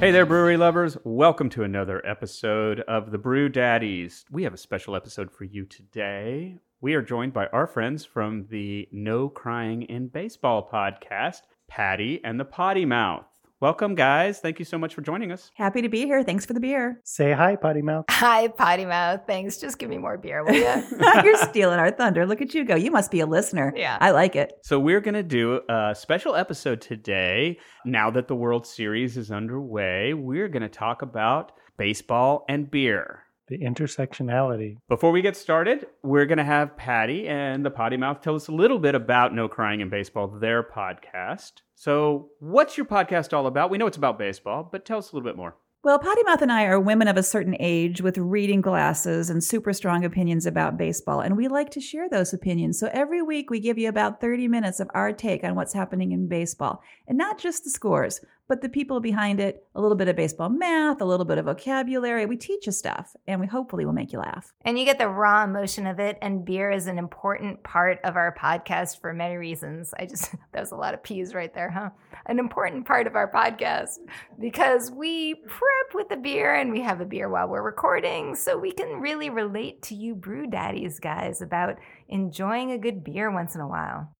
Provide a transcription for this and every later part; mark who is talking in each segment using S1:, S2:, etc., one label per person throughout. S1: Hey there, brewery lovers. Welcome to another episode of the Brew Daddies. We have a special episode for you today. We are joined by our friends from the No Crying in Baseball podcast, Patty and the Potty Mouth. Welcome, guys. Thank you so much for joining us.
S2: Happy to be here. Thanks for the beer.
S3: Say hi, potty mouth.
S4: Hi, potty mouth. Thanks. Just give me more beer, will you?
S2: You're stealing our thunder. Look at you go. You must be a listener.
S4: Yeah.
S2: I like it.
S1: So, we're going to do a special episode today. Now that the World Series is underway, we're going to talk about baseball and beer.
S3: The intersectionality.
S1: Before we get started, we're going to have Patty and the Potty Mouth tell us a little bit about No Crying in Baseball, their podcast. So, what's your podcast all about? We know it's about baseball, but tell us a little bit more.
S2: Well, Potty Mouth and I are women of a certain age with reading glasses and super strong opinions about baseball, and we like to share those opinions. So every week we give you about 30 minutes of our take on what's happening in baseball, and not just the scores, but the people behind it, a little bit of baseball math, a little bit of vocabulary. We teach you stuff, and we hopefully will make you laugh.
S4: and you get the raw emotion of it. And beer is an important part of our podcast for many reasons. I just, that was a lot of peas right there, huh? An important part of our podcast because we prep with a beer and we have a beer while we're recording. So we can really relate to you, brew daddies, guys, about enjoying a good beer once in a while.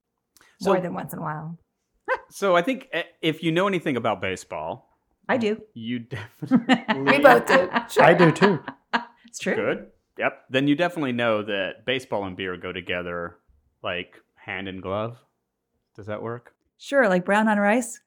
S1: So-
S4: More than once in a while.
S1: So, I think eh, if you know anything about baseball,
S2: I do.
S1: you definitely
S4: We both do. Sure.
S3: I do too.
S2: It's true.
S1: good. Yep. Then you definitely know that baseball and beer go together like hand in glove. Does that work?
S2: Sure, like brown on rice.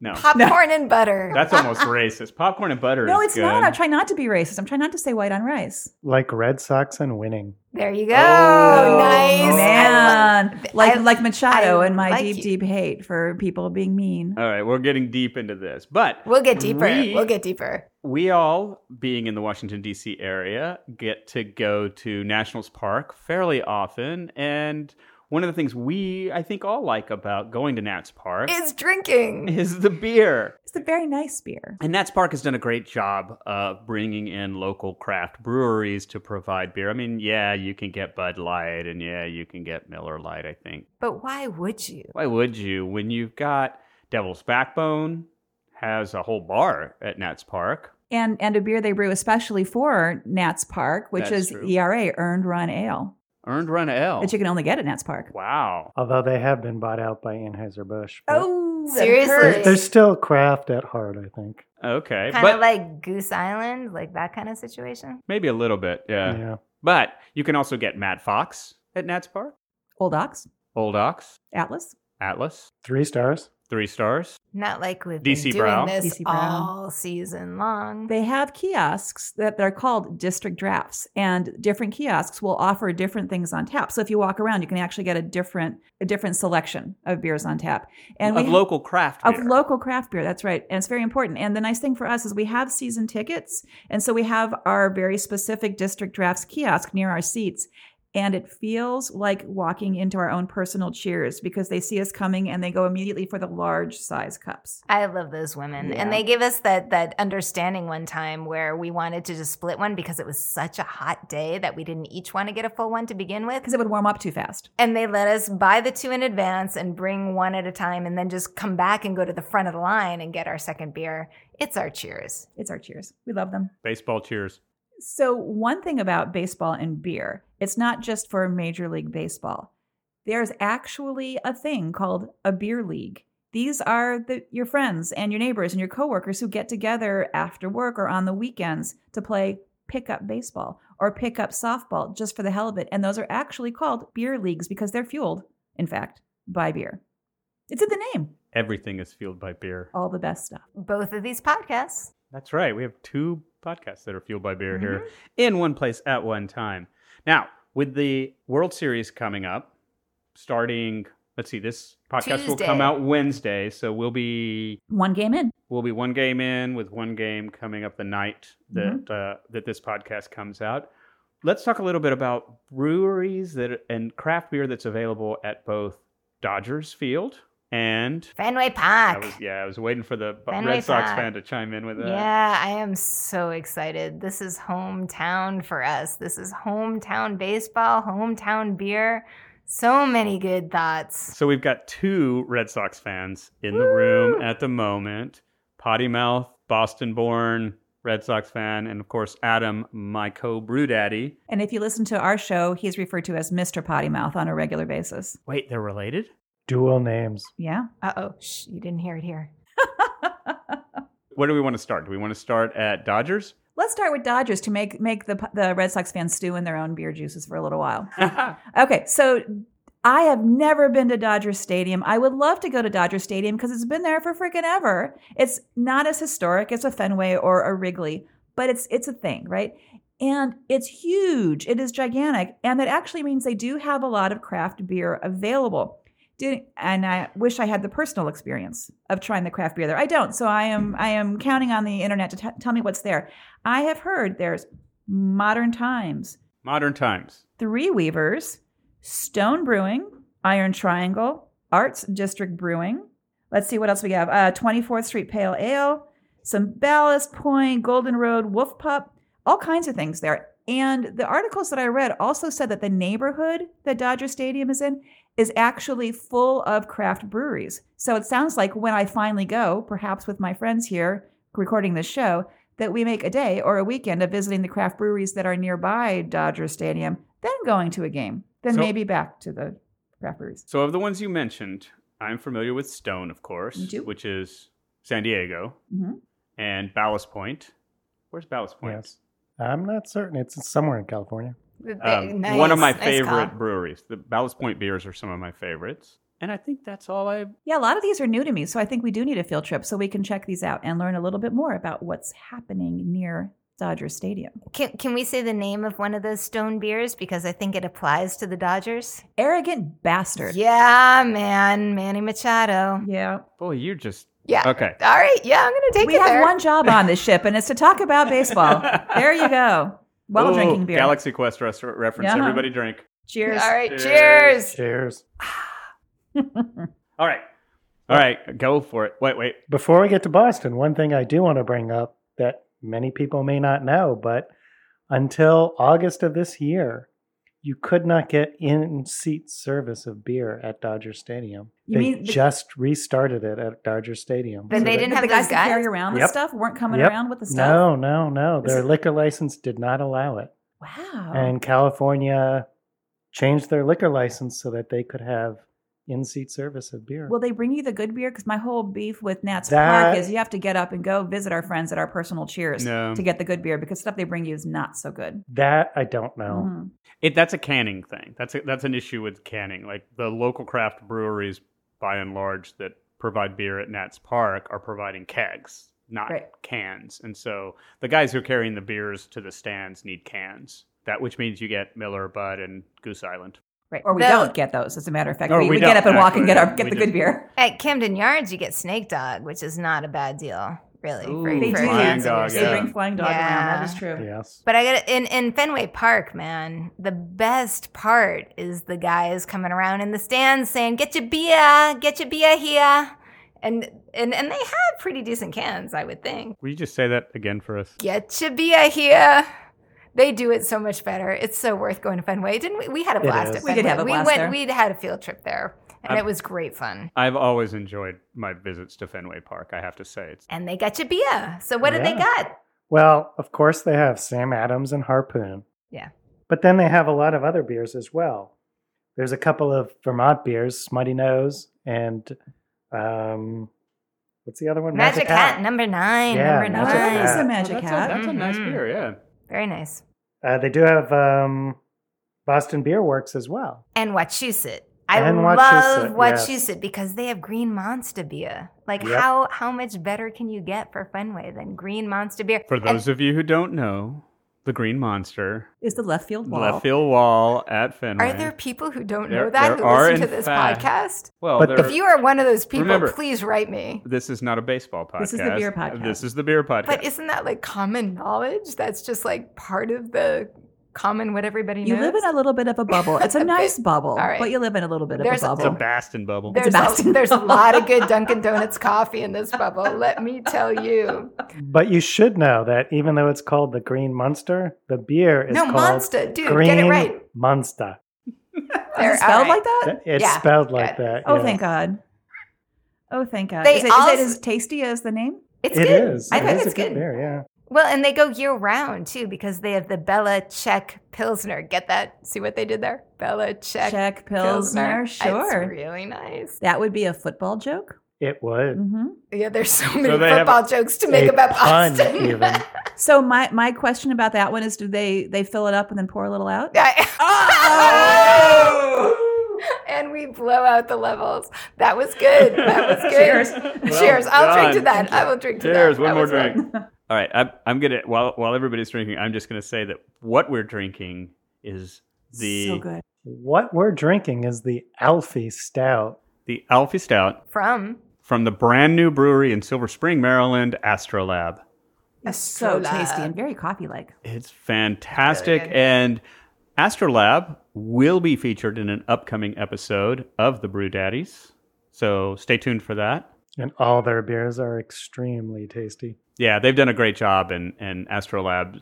S1: No.
S4: Popcorn and butter.
S1: That's almost racist. Popcorn and butter
S2: No,
S1: is
S2: it's
S1: good.
S2: not. I try not to be racist. I'm trying not to say white on rice.
S3: Like Red Sox and winning.
S4: There you go.
S1: Oh,
S4: nice. I
S2: man. like
S4: I-
S2: like Machado
S4: I
S2: and my
S4: like
S2: deep
S4: you.
S2: deep hate for people being mean.
S1: All right, we're getting deep into this. But
S4: lo- We'll get deeper.
S1: We-
S4: We'll get deeper.
S1: we all, being in the Washington, D.C. area, get to go to Nationals Park fairly often. And one of the things we, I think, all like about going to Nats Park
S4: It's drinking.
S1: is the beer.
S2: It's a very nice beer.
S1: And Nats Park has done a great job of bringing in local craft breweries to provide beer. I mean, yeah, you can get Bud Light and yeah, you can get Miller Light, I think.
S4: But why would you?
S1: Why would you when you've got Devil's Backbone has a whole bar at Nats Park?
S2: And and a beer they brew especially for Nats Park, which
S1: That's
S2: is
S1: true. Oh.
S2: ERA Earned Run Ale
S1: Earned Run Ale.
S2: that you can only get at Nats Park.
S1: Wow.
S3: Although they have been bought out by Anheuser-Busch. but
S2: Oh,
S4: that Seriously?
S3: they're,
S4: hurts.
S3: they're still craft at heart, I think.
S1: Okay.
S4: Kind
S1: but
S4: of like Goose Island, like that kind of situation.
S1: maybe a little bit. Yeah.
S3: yeah.
S1: But you can also get Matt Fox at Nats Park,
S2: Old Ox,
S1: Old Ox,
S2: Atlas.
S1: Atlas,
S3: Three stars.
S1: Three Stars.
S4: Not like we've
S1: DC
S4: been doing
S1: Brown.
S4: this
S2: DC Brown.
S4: all season long.
S2: They have kiosks that are called district drafts, and different kiosks will offer different things on tap. So if you walk around, you can actually get a different a different selection of beers on tap. And
S1: of
S2: we
S1: local craft.
S2: of
S1: beer.
S2: local craft beer that's right and it's very important and the nice thing for us is we have season tickets and so we have our very specific district drafts kiosk near our seats and it feels like walking into our own personal cheers because they see us coming and they go immediately for the large size cups
S4: I love those women.
S2: Yeah.
S4: And they gave us that that understanding one time where we wanted to just split one because it was such a hot day that we didn't each want to get a full one to begin with.
S2: because it would warm up too fast
S4: And they let us buy the two in advance and bring one at a time and then just come back and go to the front of the line and get our second beer. It's our cheers.
S2: it's our cheers we love them
S1: Baseball cheers.
S2: So, one thing about baseball and beer, it's not just for Major League Baseball. There's actually a thing called a beer league. These are the, your friends and your neighbors and your coworkers who get together after work or on the weekends to play pickup baseball or pickup softball just for the hell of it. And those are actually called beer leagues because they're fueled, in fact, by beer. It's in the name.
S1: Everything is fueled by beer.
S2: All the best stuff.
S4: Both of these podcasts.
S1: That's right. We have two podcasts that are fueled by beer here
S2: Mm-hmm.
S1: in one place at one time. Now, with the World Series coming up, starting, let's see, this podcast will come
S4: Tuesday.
S1: out Wednesday. So we'll be
S2: One game in.
S1: we'll be one game in with one game coming up the night that uh, that this podcast comes out. Let's talk a little bit about breweries that and craft beer that's available at both Dodgers Field and
S4: Fenway
S1: I
S4: Park.
S1: was yeah I was waiting for the Bu-
S4: Fenway
S1: Red Sox
S4: Park.
S1: fan to chime in with that.
S4: Yeah, I am so excited. This is hometown for us. This is hometown baseball, hometown beer. So many good thoughts.
S1: So we've got two Red Sox fans in the room at the moment. Potty Mouth Boston born Red Sox fan, and of course, Adam, my co brew daddy.
S2: And if you listen to our show, he's referred to as Mr. Potty Mouth on a regular basis.
S1: Wait, they're related?
S3: Dual names.
S2: Yeah.
S4: Uh oh, shh, you didn't hear it here.
S1: Where do we want to start? Do we want to start at Dodgers?
S2: Let's start with Dodgers to make make the the Red Sox fans stew in their own beer juices for a little while. Okay, so I have never been to Dodger Stadium. I would love to go to Dodger Stadium because it's been there for freaking ever. It's not as historic as a Fenway or a Wrigley, but it's it's a thing, right? And it's huge. It is gigantic, and that actually means they do have a lot of craft beer available. Did, and I wish I had the personal experience of trying the craft beer there. I don't, so I am I am counting on the internet to t- tell me what's there. I have heard there's Modern Times,
S1: Modern times.
S2: Three Weavers, Stone Brewing, Iron Triangle, Arts District Brewing. Let's see what else we have. Uh, 24th Street Pale Ale, some Ballast Point, Golden Road, Wolf Pup, all kinds of things there. And the articles that I read also said that the neighborhood that Dodger Stadium is in is actually full of craft breweries. So it sounds like when I finally go, perhaps with my friends here recording this show, that we make a day or a weekend of visiting the craft breweries that are nearby Dodger Stadium, then going to a game, then
S1: So-
S2: maybe back to the craft breweries.
S1: So, of the ones you mentioned, I'm familiar with Stone, of course,
S2: You do?
S1: which is San Diego,
S2: Mhm.
S1: and Ballast Point. Where's Ballast Point?
S3: Yes. I'm not certain. It's somewhere in California.
S1: Um,
S4: Nice,
S1: one of my
S4: nice
S1: favorite
S4: call.
S1: breweries. The Ballast Point beers are some of my favorites. And I think that's all I.
S2: Yeah, a lot of these are new to me, so I think we do need a field trip so we can check these out and learn a little bit more about what's happening near Dodger Stadium.
S4: Can, can we say the name of one of those stone beers because I think it applies to the Dodgers?
S2: Arrogant bastard.
S4: Yeah, man, Manny Machado.
S2: Yeah.
S1: Boy, you're just.
S4: Yeah.
S1: Okay.
S4: All right, yeah, I'm gonna take
S2: we
S4: it
S2: have
S4: there.
S2: one job on this ship, and it's to talk about baseball. there you go. While
S1: Ooh,
S2: drinking beer.
S1: Galaxy Quest res- reference.
S2: Yeah.
S1: Everybody drink.
S2: Cheers.
S4: All right,
S1: Cheers.
S4: cheers.
S3: Cheers.
S1: All right. All right. Go for it. Wait, wait.
S3: Before we get to Boston, one thing I do want to bring up that many people may not know, but until August of this year, you could not get in seat service of beer at Dodger Stadium.
S2: You
S3: they
S2: mean the-
S3: just restarted it at Dodger Stadium.
S4: But they
S3: that-
S4: didn't
S2: the
S4: have
S2: guys
S4: those
S2: that carry
S4: guys?
S2: around the
S3: Yep.
S2: stuff weren't coming
S3: Yep.
S2: around with the stuff.
S3: No, no, no.
S2: This
S3: Their
S2: is- Oh.
S3: liquor license did not allow it.
S2: Wow.
S3: And California changed their liquor license so that they could have in seat service of beer.
S2: Will they bring you the good beer? Because my whole beef with Nat's
S3: That-
S2: Park is you have to get up and go visit our friends at our personal cheers
S1: No.
S2: to get the good beer because stuff they bring you is not so good.
S3: that I don't know.
S2: Mhm.
S1: It, that's a canning thing. That's a, that's an issue with canning. Like the local craft breweries, by and large, that provide beer at Nats Park are providing kegs, not
S2: Right.
S1: cans. And so the guys who are carrying the beers to the stands need cans. That which means you get Miller, Bud, and Goose Island.
S2: Right. Or we
S4: The-
S2: don't get those, as a matter of fact.
S1: Or
S2: we,
S1: we
S2: we get
S1: don't,
S2: up and walk and get our
S1: actually.
S2: get
S1: We
S2: the
S1: just-
S2: good beer.
S4: At Camden Yards, you get Snake Dog, which is not a bad deal, really.
S1: Ooh,
S4: for-
S1: They
S2: They
S4: for
S2: do
S4: a
S1: Flying dog,
S4: can service.
S2: They
S1: Oh, yeah.
S2: bring flying dog around. That is
S4: Yeah.
S2: true.
S3: Yes.
S4: But I got in in Fenway Park, man. The best part is the guys coming around in the stands saying, "Get your beer, get your beer here," and and and they have pretty decent cans, I would think.
S1: Will you just say that again for us?
S4: Get your beer here. They do it so much better. It's so worth going to Fenway. Didn't we? We had a
S3: It
S4: blast.
S3: is.
S4: At
S2: We did
S4: Fenway.
S2: have a blast
S4: We went.
S2: there.
S4: We had a field trip there, and
S1: I'm-
S4: it was great fun.
S1: I've always enjoyed my visits to Fenway Park. I have to say, it's
S4: And they got your beer. So what did they
S3: Yeah.
S4: got?
S3: Well, of course they have Sam Adams and Harpoon.
S4: Yeah.
S3: But then they have a lot of other beers as well. There's a couple of Vermont beers, Smutty Nose and um, what's the other one?
S4: Magic Hat number nine.
S3: Yeah,
S4: number
S3: Magic
S4: nine.
S3: Hat.
S2: Nice. a Mm-hmm.
S3: Oh,
S2: magic
S1: that's
S2: hat.
S1: A, that's a nice
S4: Mhm.
S1: beer. Yeah.
S4: Very nice.
S3: Uh, they do have um, Boston Beer Works as well.
S4: and Wachusett. I
S3: And
S4: love
S3: Wachusett, yes.
S4: Wachusett because they have Green Monster beer. Like
S3: Yep.
S4: how how much better can you get for Fenway than Green Monster beer?
S1: For
S4: And-
S1: those of you who don't know, the Green Monster,
S2: Is the left field wall.
S1: left field wall at Fenway.
S4: are there people who don't
S1: There-
S4: know that
S1: there
S4: who
S1: are,
S4: listen to
S1: in
S4: this
S1: fact.
S4: podcast?
S1: Well,
S3: But
S1: there,
S3: the
S4: If you are one of those people,
S1: Remember-
S4: please write me.
S1: this is not a baseball podcast.
S2: This is the beer podcast.
S1: This is the beer podcast.
S4: But isn't that like common knowledge? That's just like part of the common what everybody
S2: You
S4: knows.
S2: live in a little bit of a bubble. It's a
S4: bit.
S2: nice bubble,
S4: All right.
S2: but you live in a little bit
S4: There's a-
S2: of a
S1: it's a
S2: bubble.
S1: Bastin bubble.
S2: It's a
S4: there's a,
S2: Baskin
S4: there's a
S2: bubble.
S4: lot of good Dunkin' Donuts coffee in this bubble. Let me tell you.
S3: But you should know that even though it's called the Green Munster, the beer is
S4: no,
S3: called
S4: Monster, dude,
S3: Green
S4: get it right.
S3: Munster.
S4: There,
S2: Is
S4: all
S2: it spelled
S4: right.
S2: like that?
S3: Th- It's
S4: Yeah.
S3: spelled like
S4: Yeah.
S3: that.
S2: Oh,
S3: yeah.
S2: thank God. Oh, thank God.
S4: They
S2: is, it, is
S4: also-
S2: it as tasty as the name?
S4: It's
S3: It
S4: good.
S3: is.
S4: I
S3: It
S4: think
S3: is
S4: it's
S3: a good,
S4: good.
S3: beer. Yeah.
S4: Well, and they go year round too because they have the Bella Czech Pilsner. Get that? See what they did there? Bella Czech,
S2: Check Pilsner,
S4: It's
S2: sure.
S4: really nice.
S2: That would be a football joke.
S3: It would.
S1: Mm-hmm.
S2: hmm
S4: Yeah, there's so many
S1: they have
S4: football jokes to make
S3: a
S4: about
S3: pun,
S4: Boston.
S3: even.
S2: So my my question about that one is: Do they they fill it up and then pour a little out?
S4: I-
S2: Oh!
S4: and we blow out the levels. That was good. That was good.
S2: Cheers.
S1: Well
S4: Cheers. I'll drink to
S1: done.
S4: that. I will drink to
S1: Cheers.
S4: that.
S1: One
S4: That
S1: more
S4: was good.
S1: drink. All right. I'm, I'm gonna while while everybody's drinking, I'm just gonna say that what we're drinking is the
S2: so good.
S3: What we're drinking is the Alfie Stout.
S1: the Alfie Stout
S4: From
S1: from the brand new brewery in Silver Spring, Maryland, Astrolab.
S2: It's so
S4: Astrolab.
S2: tasty and very coffee like.
S1: It's fantastic.
S4: Really good.
S1: and Astrolab will be featured in an upcoming episode of the Brew Daddies. So stay tuned for that.
S3: And all their beers are extremely tasty.
S1: Yeah, they've done a great job and and Astrolab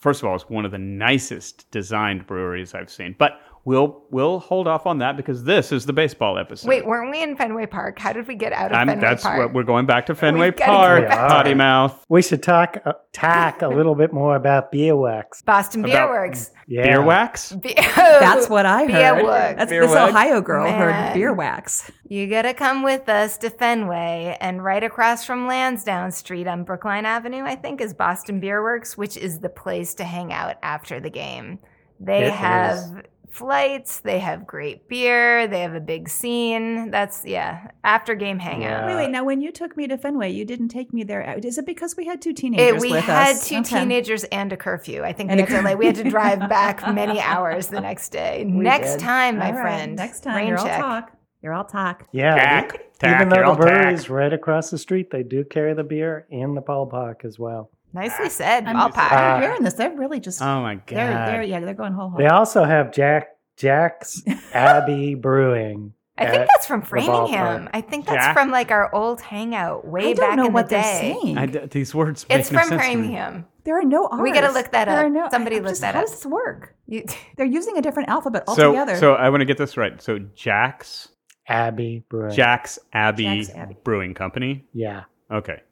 S1: first of all it's one of the nicest designed breweries I've seen. But we'll we'll hold off on that because this is the baseball episode.
S4: wait, weren't we in Fenway Park? How did we get out of
S1: I'm,
S4: Fenway
S1: that's
S4: Park?
S1: what we're going back to Fenway
S4: gotta go
S1: Park,
S3: back to
S1: Potty
S3: Fenway.
S1: Mouth,
S3: We should talk uh, tack a little bit more about beer wax.
S4: Boston Beer
S1: About-
S4: Works.
S3: Yeah.
S1: Beer Wax.
S4: Be-
S2: That's what I heard.
S4: Beer wax.
S2: That's
S1: Beer
S2: this
S1: wax.
S2: Ohio girl heard
S4: Man.
S2: beer wax.
S4: You gotta come with us to Fenway and right across from Lansdowne Street on Brookline Avenue, I think, is Boston Beer Works, which is the place to hang out after the game. They
S3: It
S4: have
S3: is.
S4: flights, they have great beer, they have a big scene. That's yeah, after game hangout.
S3: Yeah.
S2: wait,
S3: Uh,
S2: wait. Now, when you took me to Fenway, you didn't take me there. Uh, Is it because we had two
S4: It-
S2: teenagers
S4: we
S2: with
S4: had
S2: us?
S4: two
S2: Okay.
S4: teenagers and a curfew. I think
S2: And
S4: we
S2: a
S4: had, to, like, we had to
S2: curfew.
S4: drive back many hours the next day.
S2: We
S4: next
S2: did.
S4: time, my
S2: All right,
S4: friend.
S2: Next time,
S4: Rain
S2: you're
S4: check.
S2: all talk. You're all talk.
S3: Yeah.
S1: Tack.
S3: they-
S1: Tack.
S3: Even though
S1: You're all
S3: the brewery
S1: tack.
S3: is right across the street, they do carry the beer and the Paul Park as well.
S4: Nicely said.
S2: I'm-
S4: All packed.
S2: I'm
S3: Ah.
S2: hearing this. They're really just.
S1: Uh, Oh my god.
S2: they're, they're yeah. They're going whole hog.
S3: They also have Jack Jack's Abbey Brewing. Uh,
S4: I think
S3: at
S4: that's from
S3: ballpark.
S4: Framingham. I think that's
S1: Yeah.
S4: from like our old hangout way
S2: I don't
S4: back
S2: know
S4: in
S2: what
S4: the
S2: they're
S4: day.
S2: saying.
S1: I d- these words make
S4: It's
S1: no
S4: from
S1: sense to me.
S4: Framingham.
S2: There are no R's.
S4: We gotta look that
S2: There
S4: up.
S2: are no-
S4: Somebody
S2: I'm
S4: look
S2: just-
S4: that
S2: How
S4: up.
S2: does this work?
S4: You,
S2: They're using a different alphabet
S1: So,
S2: altogether.
S1: so I want to get this right. So Jack's
S3: Abbey Brewing.
S1: Jack's Abbey,
S2: Jack's Abbey.
S1: Brewing Company.
S3: Yeah.
S1: Okay.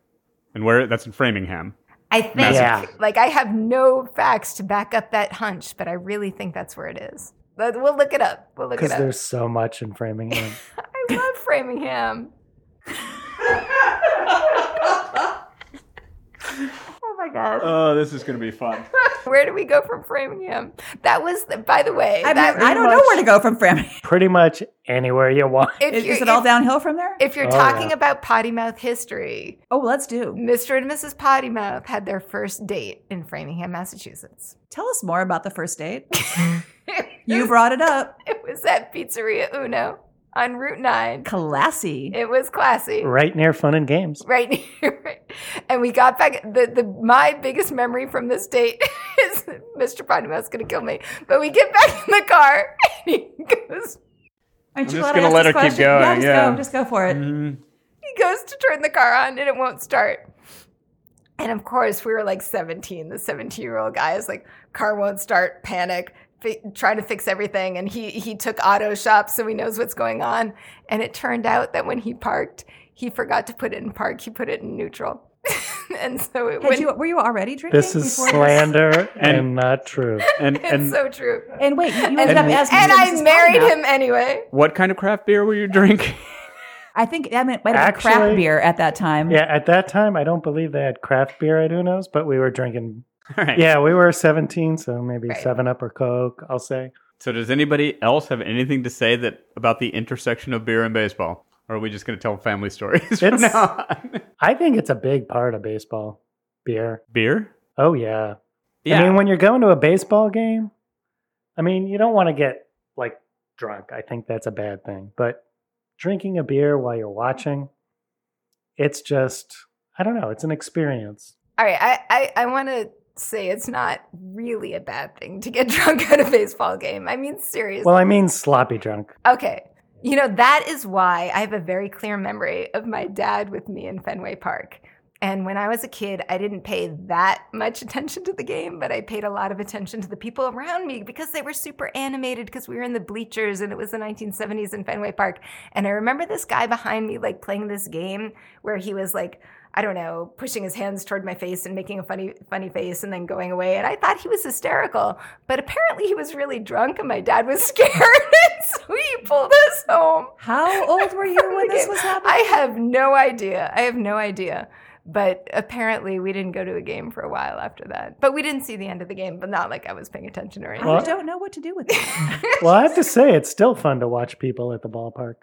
S1: And where that's in Framingham.
S4: I think,
S3: Massive.
S4: like, I have no facts to back up that hunch, but I really think that's where it is. But we'll look it up. We'll look
S3: Because
S4: it up.
S3: there's so much in Framingham.
S4: I love Framingham. oh my god.
S1: Oh, this is going to be fun.
S4: Where do we go from Framingham? That was, the, by the way,
S2: I've
S4: that
S2: never- I don't know where to go from Framingham.
S3: Pretty much anywhere you want.
S4: If
S2: Is,
S4: you're,
S2: is it all
S4: if,
S2: downhill from there?
S4: if you're
S3: Oh,
S4: talking
S3: yeah.
S4: about potty mouth history,
S2: oh, let's do.
S4: Mr. and Mrs. Pottymouth had their first date in Framingham, Massachusetts.
S2: Tell us more about the first date. You brought it up.
S4: it was at Pizzeria Uno on Route 9.
S2: Classy.
S4: It was classy.
S3: Right near Fun and Games.
S4: Right here. And we got back. The, the My biggest memory from this date is Mr. Pottymouth's going to kill me. But we get back in the car and he goes,
S2: Aren't you
S1: I'm just
S2: glad I
S1: gonna
S2: asked
S1: let
S2: this
S1: her keep
S2: question?
S1: going,
S2: Yeah, just
S1: yeah.
S2: go. Just go for
S4: Mm-hmm.
S2: it.
S1: Mm-hmm.
S4: he goes to turn the car on and it won't start. And of course, we were like 17. The 17 year old guy is like, car won't start, panic, fi- trying to fix everything. And he, he took auto shop, so he knows what's going on. And it turned out that when he parked, he forgot to put it in park, he put it in neutral. and so it
S2: Had
S4: went.
S2: you, were you already drinking?
S3: This is
S2: before
S3: slander
S1: And-
S3: and not true.
S1: And
S4: it's
S1: and
S4: so true.
S2: And wait, you you ended
S4: And,
S2: up asking.
S4: and
S2: Mrs.
S4: I
S2: Pottymouth.
S4: married him anyway.
S1: what kind of craft beer were you drinking?
S2: I think that meant might have been craft
S3: Actually-
S2: beer at that time.
S3: Yeah, at that time, I don't believe they had craft beer at Uno's, but we were drinking.
S1: All right.
S3: Yeah, we were 17, so maybe
S4: Right.
S3: 7 Up or Coke, I'll say.
S1: So does anybody else have anything to say that about the intersection of beer and baseball? Or are we just going to tell family stories from
S3: It's-
S1: now on?
S3: I think it's a big part of baseball, beer.
S1: Beer?
S3: Oh, yeah.
S1: Yeah.
S3: I mean, when you're going to a baseball game, I mean, you don't want to get like drunk. I think that's a bad thing. But drinking a beer while you're watching, it's just, I don't know, it's an experience.
S4: All right, I, I, I want to say it's not really a bad thing to get drunk at a baseball game. I mean, seriously.
S3: Well, I mean, sloppy drunk.
S4: Okay. You know, that is why I have a very clear memory of my dad with me in Fenway Park. And when I was a kid, I didn't pay that much attention to the game, but I paid a lot of attention to the people around me because they were super animated because we were in the bleachers and it was the 1970s in Fenway Park. And I remember this guy behind me, like playing this game where he was like, I don't know, pushing his hands toward my face and making a funny, funny face and then going away. And I thought he was hysterical, but apparently he was really drunk and my dad was scared. and so he pulled us home.
S2: How old were you when this was happening?
S4: I have no idea. I have no idea. But apparently we didn't go to a game for a while after that. But we didn't see the end of the game, but not like I was paying attention or anything.
S2: I
S3: Well-
S2: don't know what to do with it.
S3: Well, I have to say, it's still fun to watch people at the ballpark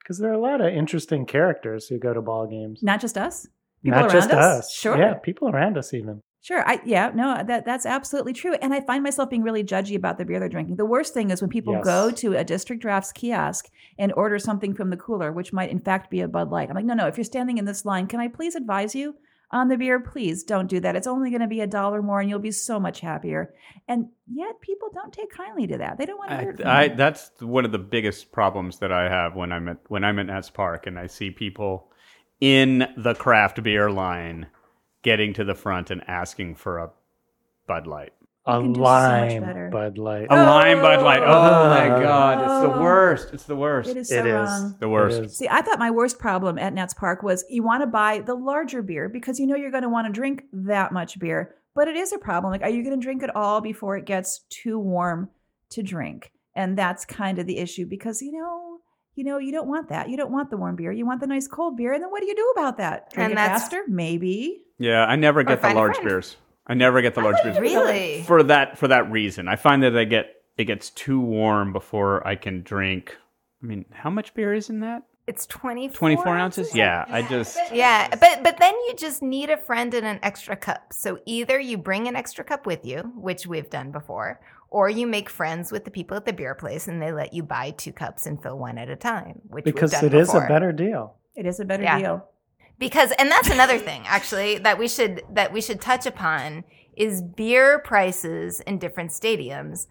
S3: because there are a lot of interesting characters who go to ball games.
S2: Not just us. people
S3: Not
S2: around
S3: just
S2: us?
S3: us.
S2: Sure.
S3: Yeah, people around us even.
S2: Sure. I yeah, no, uh, that that's absolutely true. And I find myself being really judgy about the beer they're drinking. The worst thing is when people
S3: Yes.
S2: go to a district drafts kiosk and order something from the cooler, which might in fact be a Bud Light. I'm like, no, no, if you're standing in this line, can I please advise you on the beer? Please don't do that. It's only gonna be a dollar more and you'll be so much happier. And yet people don't take kindly to that. They don't want to
S1: I,
S2: hear it from
S1: I,
S2: you.
S1: that's one of the biggest problems that I have when I'm at when I'm at Nats Park and I see people in the craft beer line getting to the front and asking for a Bud Light.
S3: A
S2: can do so much
S3: lime
S2: better.
S3: Bud Light.
S1: A lime Bud Light. Oh my
S3: Oh.
S1: god, it's the worst. It's the worst.
S2: it is so
S3: it is.
S2: wrong.
S1: the worst.
S3: It is.
S2: See, I thought my worst problem at Nats Park was you want to buy the larger beer because you know you're going to want to drink that much beer. But it is a problem. Like, are you going to drink it all before it gets too warm to drink? And that's kind of the issue because you know, you know, you don't want that. You don't want the warm beer. You want the nice cold beer. And then what do you do about that? Drink
S4: And
S2: it
S4: that's-
S2: faster, maybe.
S1: Yeah, I never get the
S4: find a
S1: large
S4: friend.
S1: beers. I never get the large beers.
S4: really?
S1: For that for that reason. I find that I get it gets too warm before I can drink. I mean, how much beer is in that?
S4: It's 24,
S1: 24 ounces? Yeah, I just
S4: Yeah, but but then you just need a friend and an extra cup. So either you bring an extra cup with you, which we've done before, or you make friends with the people at the beer place and they let you buy two cups and fill one at a time, which
S3: because
S4: we've done
S3: it is a
S4: before.
S3: better deal.
S2: It is a better
S4: Yeah.
S2: deal.
S4: because and that's another thing actually that we should that we should touch upon is beer prices in different stadiums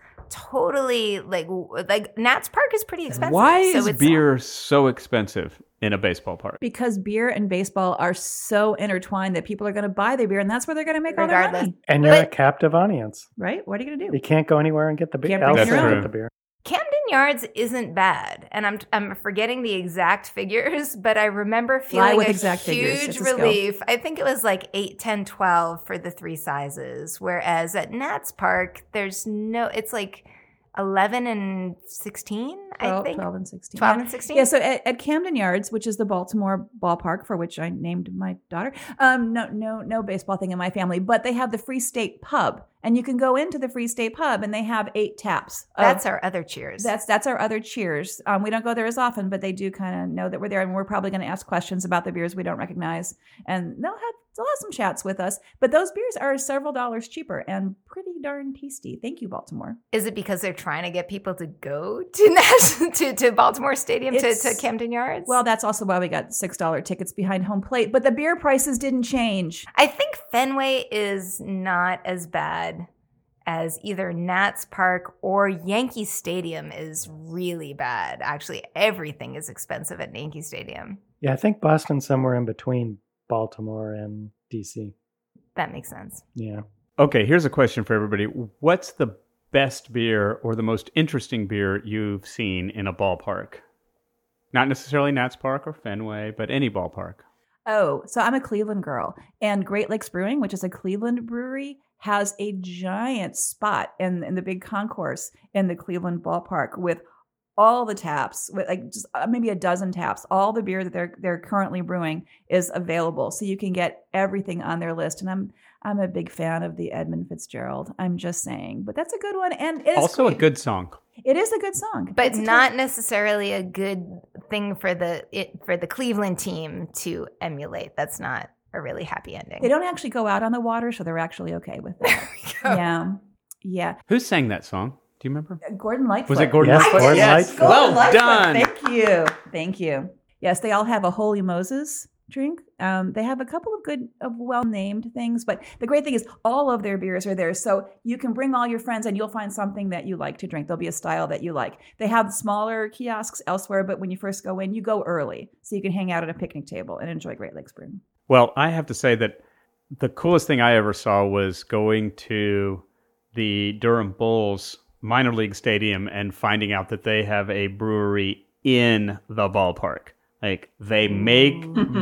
S4: totally like like Nats Park is pretty expensive.
S1: Why
S4: So
S1: is
S4: it's-
S1: beer so expensive in a baseball park?
S2: Because beer and baseball are so intertwined that people are going to buy their beer and that's where they're going to make all their
S4: Regardless.
S2: money,
S3: And you're a
S4: But-
S3: captive audience.
S2: right? What are you going to do?
S3: You can't go anywhere and get the beer.
S2: Can't bring
S1: your
S3: Elsewhere
S1: own.
S3: get the beer.
S4: Camden Yards isn't bad, and I'm I'm forgetting the exact figures, but I remember feeling
S2: with
S4: a
S2: exact figures.
S4: huge
S2: It's a skill.
S4: relief. I think it was like 8, 10, 12 for the three sizes, whereas at Nats Park there's no. It's like eleven and sixteen, I
S2: 12,
S4: think. 12,
S2: 12 and 16.
S4: and sixteen.
S2: Yeah, so at, at Camden Yards, which is the Baltimore ballpark for which I named my daughter, um, no, no, no baseball thing in my family, but they have the Free State Pub, and you can go into the Free State Pub, and they have eight taps. of-
S4: that's our other cheers.
S2: uh, that's that's our other cheers. Um, we don't go there as often, but they do kind of know that we're there, and we're probably going to ask questions about the beers we don't recognize, and they'll have they'll have some chats with us. But those beers are several dollars cheaper and pretty darn tasty. Thank you, Baltimore.
S4: Is it because they're trying to get people to go to Nash- to, to Baltimore Stadium to,
S2: It's-
S4: to Camden Yards?
S2: Well, that's also why we got six dollar tickets behind home plate, but the beer prices didn't change.
S4: I think Fenway is not as bad as either Nats Park or Yankee Stadium is really bad. Actually, everything is expensive at Yankee Stadium.
S3: Yeah, I think Boston's somewhere in between Baltimore and DC.
S4: That makes sense.
S3: Yeah.
S1: Okay, here's a question for everybody. What's the best beer or the most interesting beer you've seen in a ballpark? Not necessarily Nats Park or Fenway, but any ballpark.
S2: Oh, so I'm a Cleveland girl, and Great Lakes Brewing, which is a Cleveland brewery, has a giant spot in, in the big concourse in the Cleveland ballpark with all the taps, with like just uh, maybe a dozen taps. All the beer that they're they're currently brewing is available, so you can get everything on their list. And I'm I'm a big fan of the Edmund Fitzgerald. I'm just saying, but that's a good one, and it's
S1: also a good song.
S2: It is a good song,
S4: But
S2: It's a
S4: not necessarily a good thing for the it, for the Cleveland team to emulate. That's not a really happy ending.
S2: They don't actually go out on the water, so they're actually okay with that.
S4: go.
S2: Yeah. Yeah.
S1: Who sang that song? Do you remember?
S2: Gordon Lightfoot.
S1: Was it Gordon
S3: Yes,
S1: Lightfoot?
S3: Gordon
S2: Yes,
S3: Lightfoot.
S2: Gordon
S1: Well
S2: Lightfoot.
S1: done.
S2: Thank you. Thank you. Yes, they all have a Holy Moses drink. Um, they have a couple of good, of well named things, but the great thing is all of their beers are there. So you can bring all your friends and you'll find something that you like to drink. There'll be a style that you like. They have smaller kiosks elsewhere, but when you first go in, you go early so you can hang out at a picnic table and enjoy Great Lakes Brewing.
S1: Well, I have to say that the coolest thing I ever saw was going to the Durham Bulls minor league stadium and finding out that they have a Mm. Mm-hmm.
S2: Hmm.
S1: brewery in the ballpark. Like they make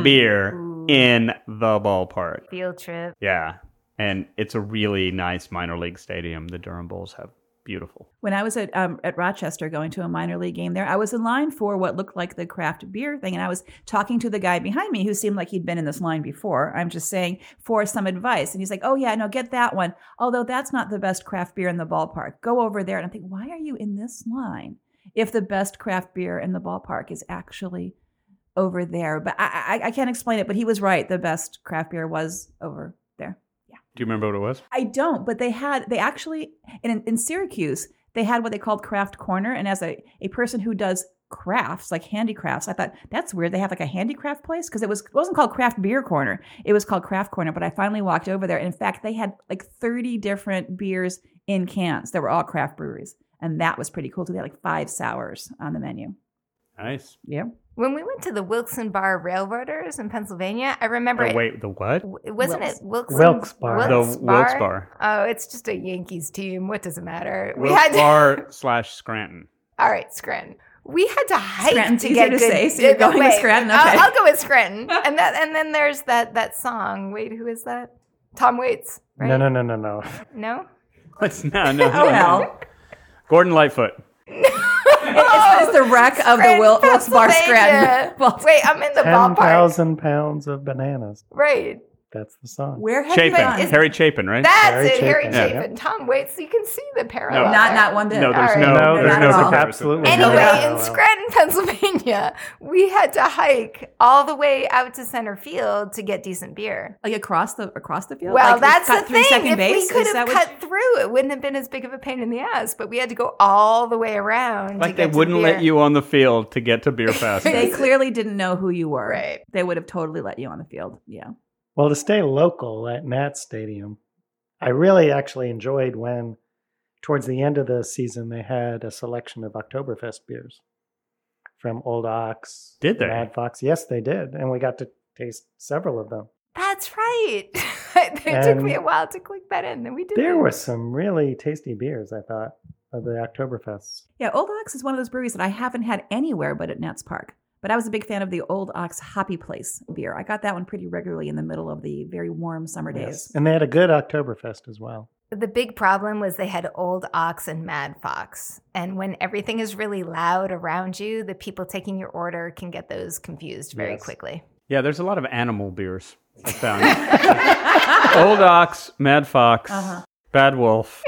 S1: beer in the ballpark.
S4: Field trip.
S1: Yeah. And it's a really nice minor league stadium. The Durham Bulls have beautiful.
S2: When I was at um, at Rochester going to a minor league game there, I was in line for what looked like the craft beer thing, and I was talking to the guy behind me who seemed like he'd been in this line before. I'm just saying for some advice, and he's like, "Oh yeah, no, get that one. Although that's not the best craft beer in the ballpark. Go over there." And I think, why are you in this line if the best craft beer in the ballpark is actually over there? But I, I, I can't explain it. But he was right. The best craft beer was over there.
S1: Do you remember what it was?
S2: I don't, but they had they actually in in Syracuse they had what they called craft corner, and as a a person who does crafts like handicrafts, I thought that's weird. They have like a handicraft place because it was it wasn't called craft beer corner, it was called craft corner. But I finally walked over there, and in fact, they had like thirty different beers in cans that were all craft breweries, and that was pretty cool. too. they had like five sours on the menu.
S1: Nice.
S2: Yeah,
S4: When we went to the Wilkson Bar Railroaders in Pennsylvania, I remember
S1: Oh,
S4: it-
S1: wait, the what?
S4: w- wasn't it Wilkson?
S3: Wilkes Bar.
S4: Wilkes
S1: the
S4: Bar?
S1: Wilkes Bar.
S4: Oh, it's just a Yankees team. What does it matter? we
S1: Wilkes
S4: had to,
S1: Bar slash Scranton.
S4: all right, Scranton. We had to hike
S2: Scranton's
S4: to
S2: easier
S4: get
S2: to
S4: good-
S2: say, so you're
S4: uh,
S2: going with
S4: wait,
S2: Scranton,
S4: I'll-
S2: okay.
S4: I'll, go with Scranton, and that and then there's that that song. Wait, who is that? Tom Waits, right?
S3: No, no, no, no, no.
S4: no.
S1: Let's no, no,
S2: Oh, well.
S1: Gordon Lightfoot.
S4: Oh,
S2: it's, it's the wreck of the
S4: Scranton,
S2: Wil- Wilkes Bar
S4: Pennsylvania.
S2: Scranton. Well,
S4: Wait, I'm in the
S3: Ten
S4: ballpark.
S3: thousand pounds of bananas.
S4: Right.
S3: That's the song.
S2: Where have you
S1: Chapin.
S2: gone?
S4: is-
S1: Harry Chapin, right?
S4: That's
S3: Harry
S4: it, Harry
S3: Chapin,
S4: Chapin.
S3: yeah.
S4: Tom Waits, you can see the parallel.
S2: not
S4: there.
S2: not one bit.
S1: no, there's
S4: Alright.
S1: no,
S4: No,
S1: there's
S2: not
S1: no
S2: at all.
S1: comparison.
S3: Absolutely
S4: Anyway,
S3: Yeah.
S4: in Scranton, Pennsylvania, we had to hike all the way out to center field to get decent beer.
S2: like across the across the field.
S4: Well,
S2: Like,
S4: that's
S2: cut
S4: the
S2: through
S4: thing.
S2: second
S4: If
S2: base?
S4: we could
S2: Is
S4: have
S2: that what-
S4: cut through, it wouldn't have been as big of a pain in the ass. But we had to go all the way around. to
S1: Like they
S4: get to
S1: wouldn't
S4: beer.
S1: let you on the field to get to beer fast.
S2: they clearly didn't know who you were.
S4: Right.
S2: They would have totally let you on the field. Yeah.
S3: Well, to stay local at Nat Stadium, I really actually enjoyed when, towards the end of the season, they had a selection of Oktoberfest beers from Old Ox.
S1: Did they?
S3: Mad Fox. Yes, they did. And we got to taste several of them.
S4: That's right. it took
S3: And-
S4: me a while to click that in. Then we did.
S3: There
S4: it.
S3: were some really tasty beers, I thought, of the Oktoberfests.
S2: Yeah. Old Ox is one of those breweries that I haven't had anywhere but at Nats Park. But I was a big fan of the Old Ox Hoppy Place beer. I got that one pretty regularly in the middle of the very warm summer days.
S3: Yes. And they had a good Oktoberfest as well.
S4: The big problem was they had old ox and mad fox. And when everything is really loud around you, the people taking your order can get those confused very
S3: Yes.
S4: quickly.
S1: yeah, there's a lot of animal beers. I found Old Ox, Mad Fox,
S2: Uh-huh.
S1: Bad Wolf,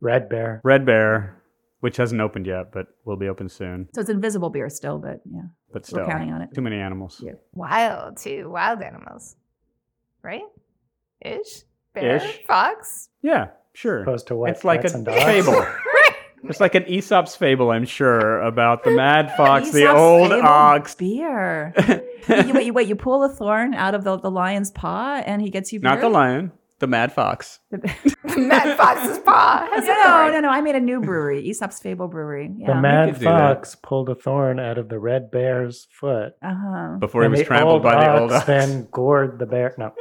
S3: Red Bear.
S1: Red Bear, which hasn't opened yet, but will be open soon.
S2: so it's invisible beer still, but yeah,
S1: But still,
S2: we're counting on it.
S1: too many animals.
S2: Yeah.
S4: Wild, too. Wild animals. Right? Ish? Bear?
S1: Ish. Uh,
S4: Fox?
S1: Yeah, sure.
S3: Opposed to white
S1: It's like a
S3: cats and dogs.
S1: fable. It's like an Aesop's fable, I'm sure, about the Mad Fox, the
S2: Aesop's
S1: old
S2: Fable
S1: ox.
S2: beer. you, wait, you, wait, you pull a thorn out of the, the lion's paw and he gets you beer?
S1: Not the lion, the Mad Fox.
S4: The mad fox's paw. Has
S2: No, no, no. I made a new brewery, Aesop's Fable Brewery. Yeah.
S3: The Mad
S1: could do that.
S3: Fox pulled a thorn out of the Red Bear's foot.
S2: uh-huh.
S1: Before he
S3: And
S1: was
S3: the
S1: trampled
S3: old
S1: by the
S3: ox
S1: old ox.
S3: Then gored the bear. No.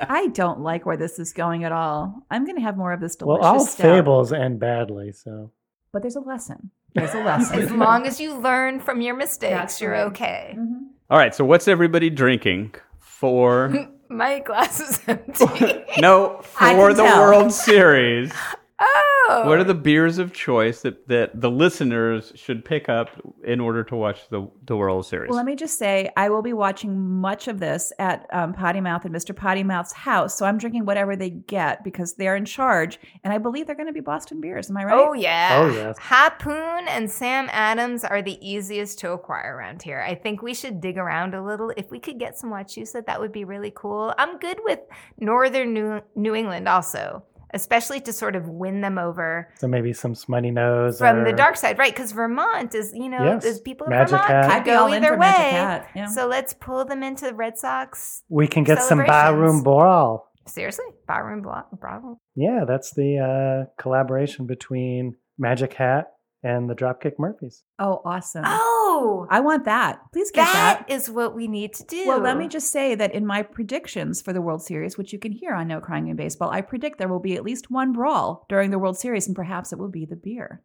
S2: I don't like where this is going at all. I'm going to have more of this delicious
S3: Well, all
S2: stuff.
S3: fables end badly, so
S2: But there's a lesson. There's a
S4: As
S2: lesson.
S4: long as you learn from your mistakes,
S2: That's
S4: you're
S2: right.
S4: okay.
S1: All right, so what's everybody drinking for?
S4: My glass is empty.
S1: no,
S2: I
S1: for
S2: can
S1: the
S2: tell.
S1: World Series.
S4: oh.
S1: What are the beers of choice that, that the listeners should pick up in order to watch the, the World Series?
S2: Well, let me just say, I will be watching much of this at um, Potty Mouth and Mr. Potty Mouth's house. So I'm drinking whatever they get because they're in charge. And I believe they're going to be Boston beers. Am I right?
S4: Oh yeah.
S3: Oh, yes.
S4: Hapoon and Sam Adams are the easiest to acquire around here. I think we should dig around a little. If we could get some Wachusett, that would be really cool. I'm good with northern New, New England also, especially to sort of win them over
S3: so maybe some smutty nose
S4: from the
S3: or-
S4: dark side, right? Because Vermont is, you know,
S3: Yes.
S4: there's people in
S3: Magic
S4: Vermont
S3: Hat.
S4: could
S2: I'd be
S4: go
S2: all in
S4: either
S2: for Magic
S4: way.
S2: Hat. Yeah.
S4: So let's pull them into the Red Sox.
S3: We can get some
S4: Celebrations.
S3: barroom brawl.
S4: Seriously, Byron Bla- Bravo.
S3: Yeah, that's the uh, collaboration between Magic Hat and the Dropkick Murphys.
S2: oh, awesome.
S4: Oh,
S2: I want that. Please get
S4: that
S2: that.
S4: is what we need to do.
S2: Well, let me just say that in my predictions for the World Series, which you can hear on No Crying in Baseball, I predict there will be at least one brawl during the World Series, and perhaps it will be the beer.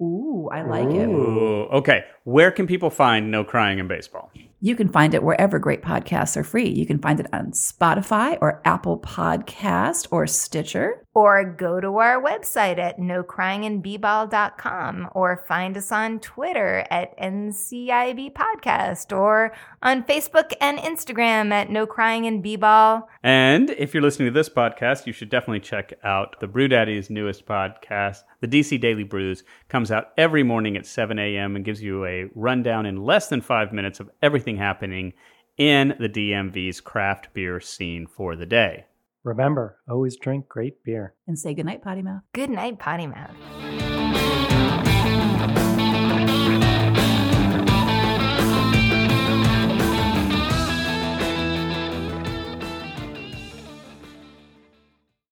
S2: Ooh, I like it.
S1: Ooh, okay. Where can people find No Crying in Baseball?
S2: You can find it wherever great podcasts are free. You can find it on Spotify or Apple Podcast or Stitcher.
S4: Or go to our website at nocryingandbball.com or find us on Twitter at NCIB Podcast or on Facebook and Instagram at No Crying and Bball.
S1: And if you're listening to this podcast, you should definitely check out the Brew Daddy's newest podcast, the DC Daily Brews. Comes out every morning at 7 a.m. and gives you a rundown in less than five minutes of everything happening in the DMV's craft beer scene for the day.
S3: Remember, always drink great beer.
S2: And say goodnight, Potty Mouth.
S4: Good night, Potty Mouth.